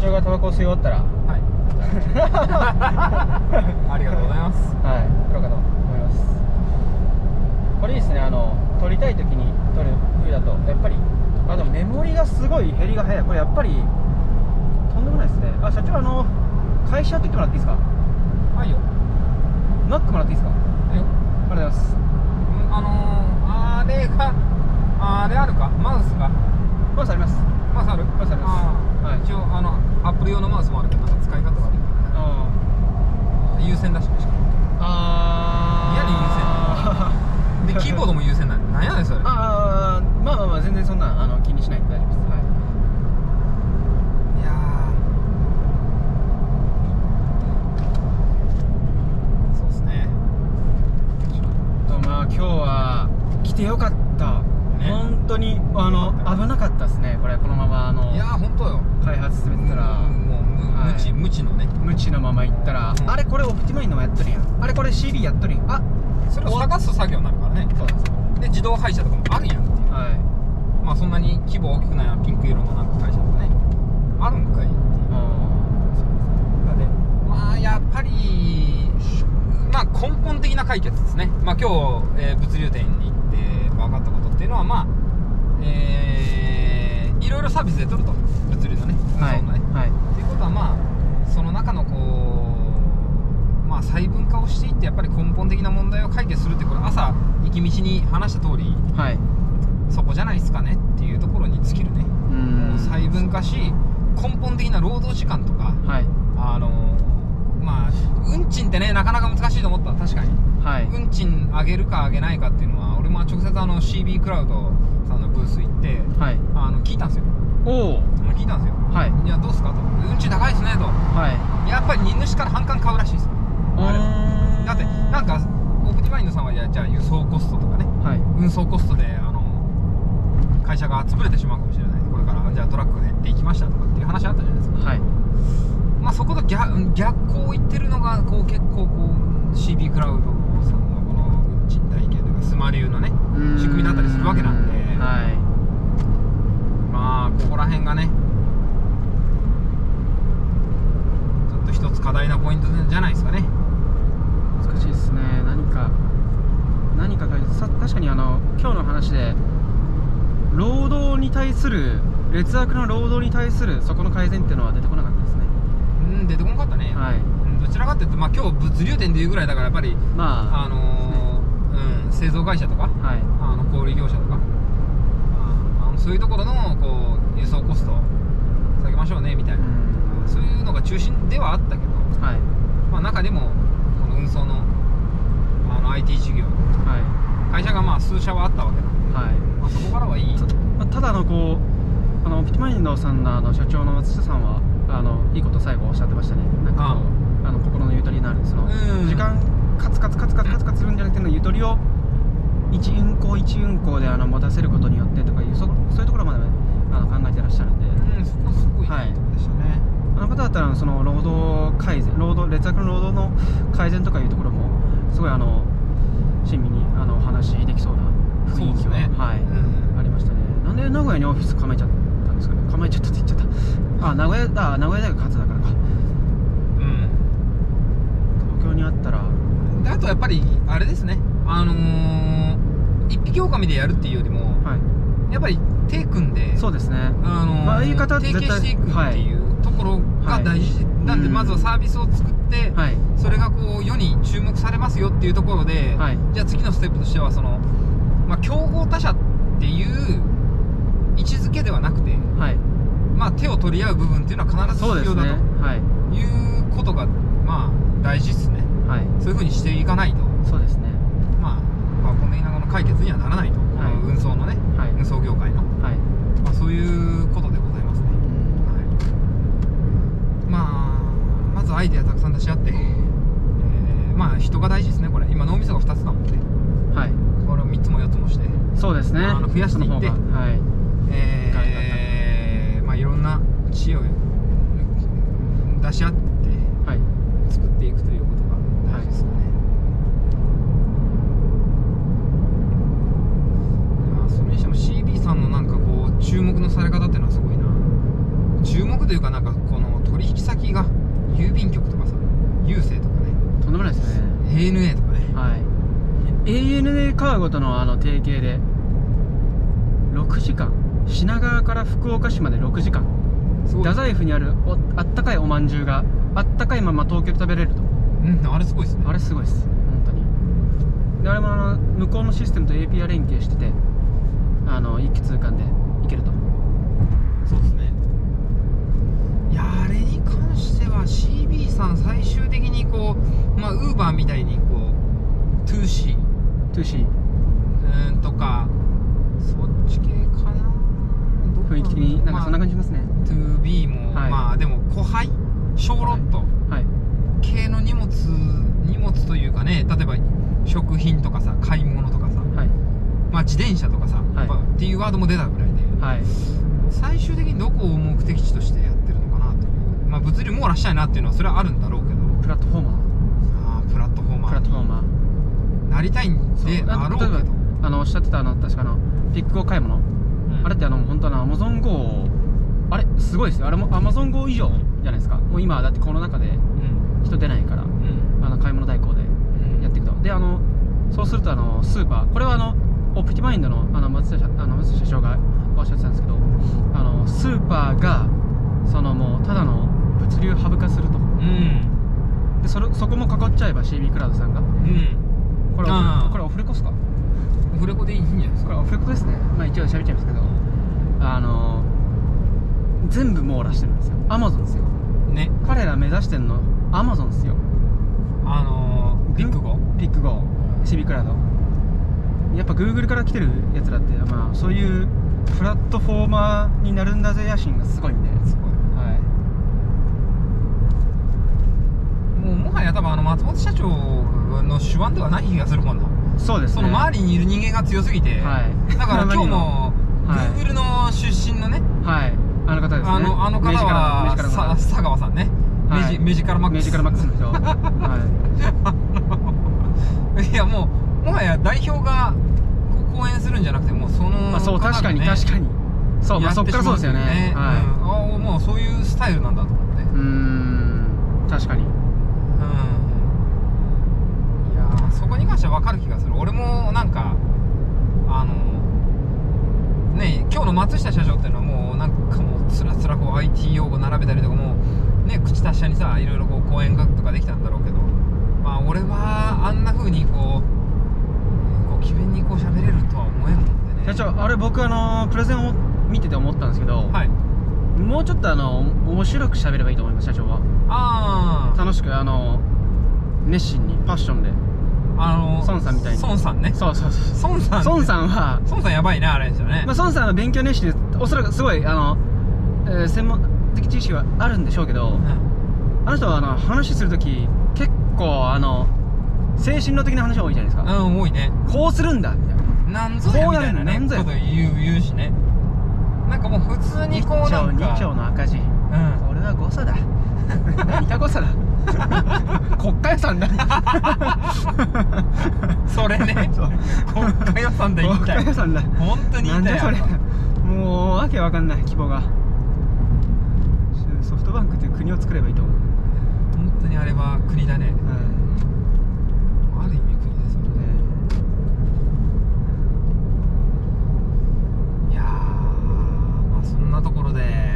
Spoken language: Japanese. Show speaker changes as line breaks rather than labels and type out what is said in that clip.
長がタバコ吸い終わったら
はいありがとうございます
はい、撮ろうかと思います。これいいですね、あの、撮りたい時に撮る風だと、やっぱり、あ、でもメモリがすごい減りが早い。これやっぱり、とんでもないですね。あ、社長、あの、会社ってってもらっていいですか
はいよ
ナックもらっていいですかあ
はいよ
りがとうございます。
うんあのー、あれがあれあるかマウスが
マウスあります。
マウスある
マウスあります
あー
はい
一応あのアップル用のマウスもあるけどなんか使い方悪い
あ
優先らしいしか
あ
もでキーボード
も。
も優先なのなんやねんそれ
ああ、まあまあまあ、全然そんな、あの、気にしないんで大丈夫です。はい。
いやーそうっすね
とまあ今日は来てよかった、
ね
本当にあの危なかったですねこれこのままあの
いやー本当よ
開発進めてたら
もうむ
はい
無知無知のね
無知のまま行ったら、
うん
あれこれオプティマインのもやっとるやんあれこれ CB やっとるやんあ
それを探す作業になるからね
そうなんですよ
で自動配車とかもあるやんっていう
は
まあそんなに規模大きくないなピンク色のなんか会社とかねあるんかいって
いも
いうのでまあやっぱりまあ根本的な解決ですねまあ今日、えー物流店に行って分かったことっていうのはまあえーいろいろサービスで取ると物流のね
うはい
運送のね
はい
っていうことはまあその中のこうまあ細分化をしていってやっぱり根本的な問題を解決するってこれ朝行き道に話した通り
はい
そこじゃないですかねっていうところに尽きるね、
うーん
もう細分化し根本的な労働時間とか
はい
あのまあ運賃ってねなかなか難しいと思った確かに
はい
運賃上げるか上げないかっていうのは俺も直接あの CB クラウドさんのブース行って
はい
あの聞いたんですよ
おお
聞いたんですよ
はい
いやどうすかと運賃高いですねと
はい
やっぱり荷主から反感買うらしいですよあれは
うーん
だってなんかオプティマインドさんはいやじゃあ輸送コストとかね
はい
運送コストであの会社が潰れてしまうかもしれないこれからじゃあトラックで行って行きましたとかっていう話あったじゃないですか
はい
まあそこと逆逆行を言ってるのがこう結構こう CB クラウドさんのこの運賃体系というかスマ流のね
うーん
仕組みだったりするわけなんで
は
まあここら辺がねちょっと一つ課題なポイントじゃないですかね
い難しいですね何か何かがさ確かにあの今日の話で労働に対する劣悪な労働に対するそこの改善っていうのは出てこなかったですね
うん出てこなかったね、
はい
うんどちらかっていうとまあ今日物流店でいうぐらいだからやっぱり
まあ
あのーうん、製造会社と
は
か
い
あの小売業者とかああのそういうところのこう輸送コストを下げましょうねみたいな、
うん
そういうのが中心ではあったけど、
はい
まあ、中でもこの運送のあの IT 事業
は
会社がまあ数社はあったわけなんで、
いはい
まあ、そこからはいい
たまあただあのこうあのオプティマインドさんのあの社長の松下さんはあのいいこと最後おっしゃってましたねなんかこうあの心のゆとりのあるその
うん
時間カツカツカツカツカツカツするんじゃなくてゆとりを一運行一運行であの持たせることによってとかいうそそういうところまであの考えてらっしゃるんで
うんそこすごいいいとこでしたね、
あの方だったらその労働改善労働劣悪の労働の改善とかいうところもすごいあの親身にあのお話しできそうな雰囲気
そうです
は、
ね
はい、
うん
ありましたねなんで名古屋にオフィス構えちゃったんですかね構えちゃったって言っちゃったあ名古屋あ名古屋大学初だからか
うん
東京にあったらは
であとやっぱりあれですねあのー一匹狼でやるっていうよりも
い
やっぱり手組んで
そうですね
あのー
まあ言い方は
提
絶対
携していくっていうところが大事、
い
なんで
うん
まずはサービスを作って、
はい
それがこう世に注目されますよっていうところで、
はい
じゃあ次のステップとしてはその、まあ、競合他社っていう位置づけではなくて、
はい
まあ、手を取り合う部分っていうのは必ず
そうで
必
す
要
ね
だ
はい
ということが、まあ、大事ですね
はい
そういうふうにしていかないと、
そうですね
まあ、まあこの田舎の解決にはならないと、こ
はい
の運送のね
はい
運送業界の、
はい
まあ、そういうことでございますね。
うん
はいまあまずアイデアたくさん出し合って、えーまあ人が大事ですねこれ今脳みそが2つだもんね
はい
これを3つも4つもして
そうですね
あの増やしていって
その方がはい
えーまあいろんな知恵を出し合って
はい
作っていくということが大事ですよね、まあそれにしても CB さんのなんかこう注目のされ方っていうのはすごいな注目でというかなんかこの取引先が郵便局とかさ郵政とかね
とんでもないですね
ANA とかね
はい ANA カーゴとのあの提携で6時間品川から福岡市まで6時間
すごい
太宰府にあるおあったかいおまんじゅうがあったかいまま東京で食べれると
うんあれすごいですね
あれすごいです本当にであれもあの向こうのシステムと API 連携しててあの一気通貫で行けると
そうですねいやあれに関しては CB さん最終的にこうまあ Uber みたいにこう 2C
2C
うーんとかそっち系かなどう
雰囲気的になんかそんな感じしますね、
じ 2B も、
はい
まあでも小配小ロット
はい
系の荷物荷物というかね例えば食品とかさ買い物とかさ
はい
まあ自転車とかさ、
はい
まあっていうワードも出たぐらいで
はい
最終的にどこを目的地としてやってるのかなというまあ物流網羅したいなっていうのはそれはあるんだろうけど
プラットフォーマ
あープラットフォー
ー
マ
プラ
ー
ットフォーマー
になりたいん
そう
であ
なん
ろう
か例
け
え
ど
ばあのおっしゃってたあの確かあのピックを買い物あれってあの本当あの AmazonGo をあれすごいですよあれも AmazonGo 以上じゃないですかもう今はだってコロナ禍で
うん
人出ないから
うん
あの買い物代行で
うん
やっていくとであのそうするとあのスーパーこれはあのオプティマインドのあの松下社あの松下社長がおっしゃってたんですけどあのスーパーがそのもうただの物流ハブ化すると
うん
でそれそこも囲っちゃえば CB クラウドさんが
うん
これオフ
あー
これオフレコっすか
オフレコでいいんじゃないです
こ
か
れオフレコですねまあ一応喋っちゃいますけどあの全部網羅してるんですよアマゾンですよ
ね
彼ら目指してるのアマゾンですよ
あのービッグゴ
ピックゴーシビクラウドやっぱ Google から来てるやつらって、まあ、そういうプラットフォーマーになるんだぜ野心がすごいんで、
すごい
は
もうもはや多分あの松本社長の手腕ではない気がするもんな、
い、そうです
そ
ね
の周りにいる人間が強すぎて、
はい
だから今日も
はい
Google の出身のね、
はいあの方ですね
あのあの方
目力の
は
目力の
さ
方
佐川さんね、
はい
メジメジカルマックス
目力マックスの人はい
やもうもはや代表がこう講演するんじゃなくてもうその
い、まあ、そう
方がね
確かに確かにそう、まあ、そっからそうですよね
やってしまうんだよね
は
うんああもうそういうスタイルなんだと思って
い、うーん確かに
うんいやーそこに関しては分かる気がする俺もなんかあのね今日の松下社長っていうのはもうなんかもうつらつらこう IT 用語並べたりとかもうね口達者にさいろいろこう講演とかできたんだろうけどまあ俺はあんな風にこうこう機弁にこう喋れるとは思えんもんでね
社長あれ僕あのプレゼンを見てて思ったんですけど、
はい
もうちょっとあの面白く喋ればいいと思います社長は
ああ
楽しくあの熱心にパッションで
あの
孫さんみたいに
孫さんね
そうそうそう
孫さん
孫さんは、
孫さんやばいねあれですよね、
まあ、孫さんの勉強熱心でおそらくすごいあの、えー専門的知識はあるんでしょうけど
うん
あの人はあの話するとき結構あの精神論的な話が多いじゃないですか、
うん多いね
こうするんだみたいな
なんぞや
こ
み
うやる
たい
の
なね
なんぞ
こ
や
と言う言うしねなんかもう普通にこうな
1
ん
兆2兆
か
の赤字これは誤 差だ何が誤差だ国家予算だ
うんそれね
そう
国家予算で言い
国
た
家
い
予算だ
本当に言いた
な
い
んだ
あ
そ
れは
れもうわけわかんない規模がソフトバンクという国を作ればいいと思う、
本当にあれは国だね
は
ある意味国ですよ
い
ねいやーまあそんなところで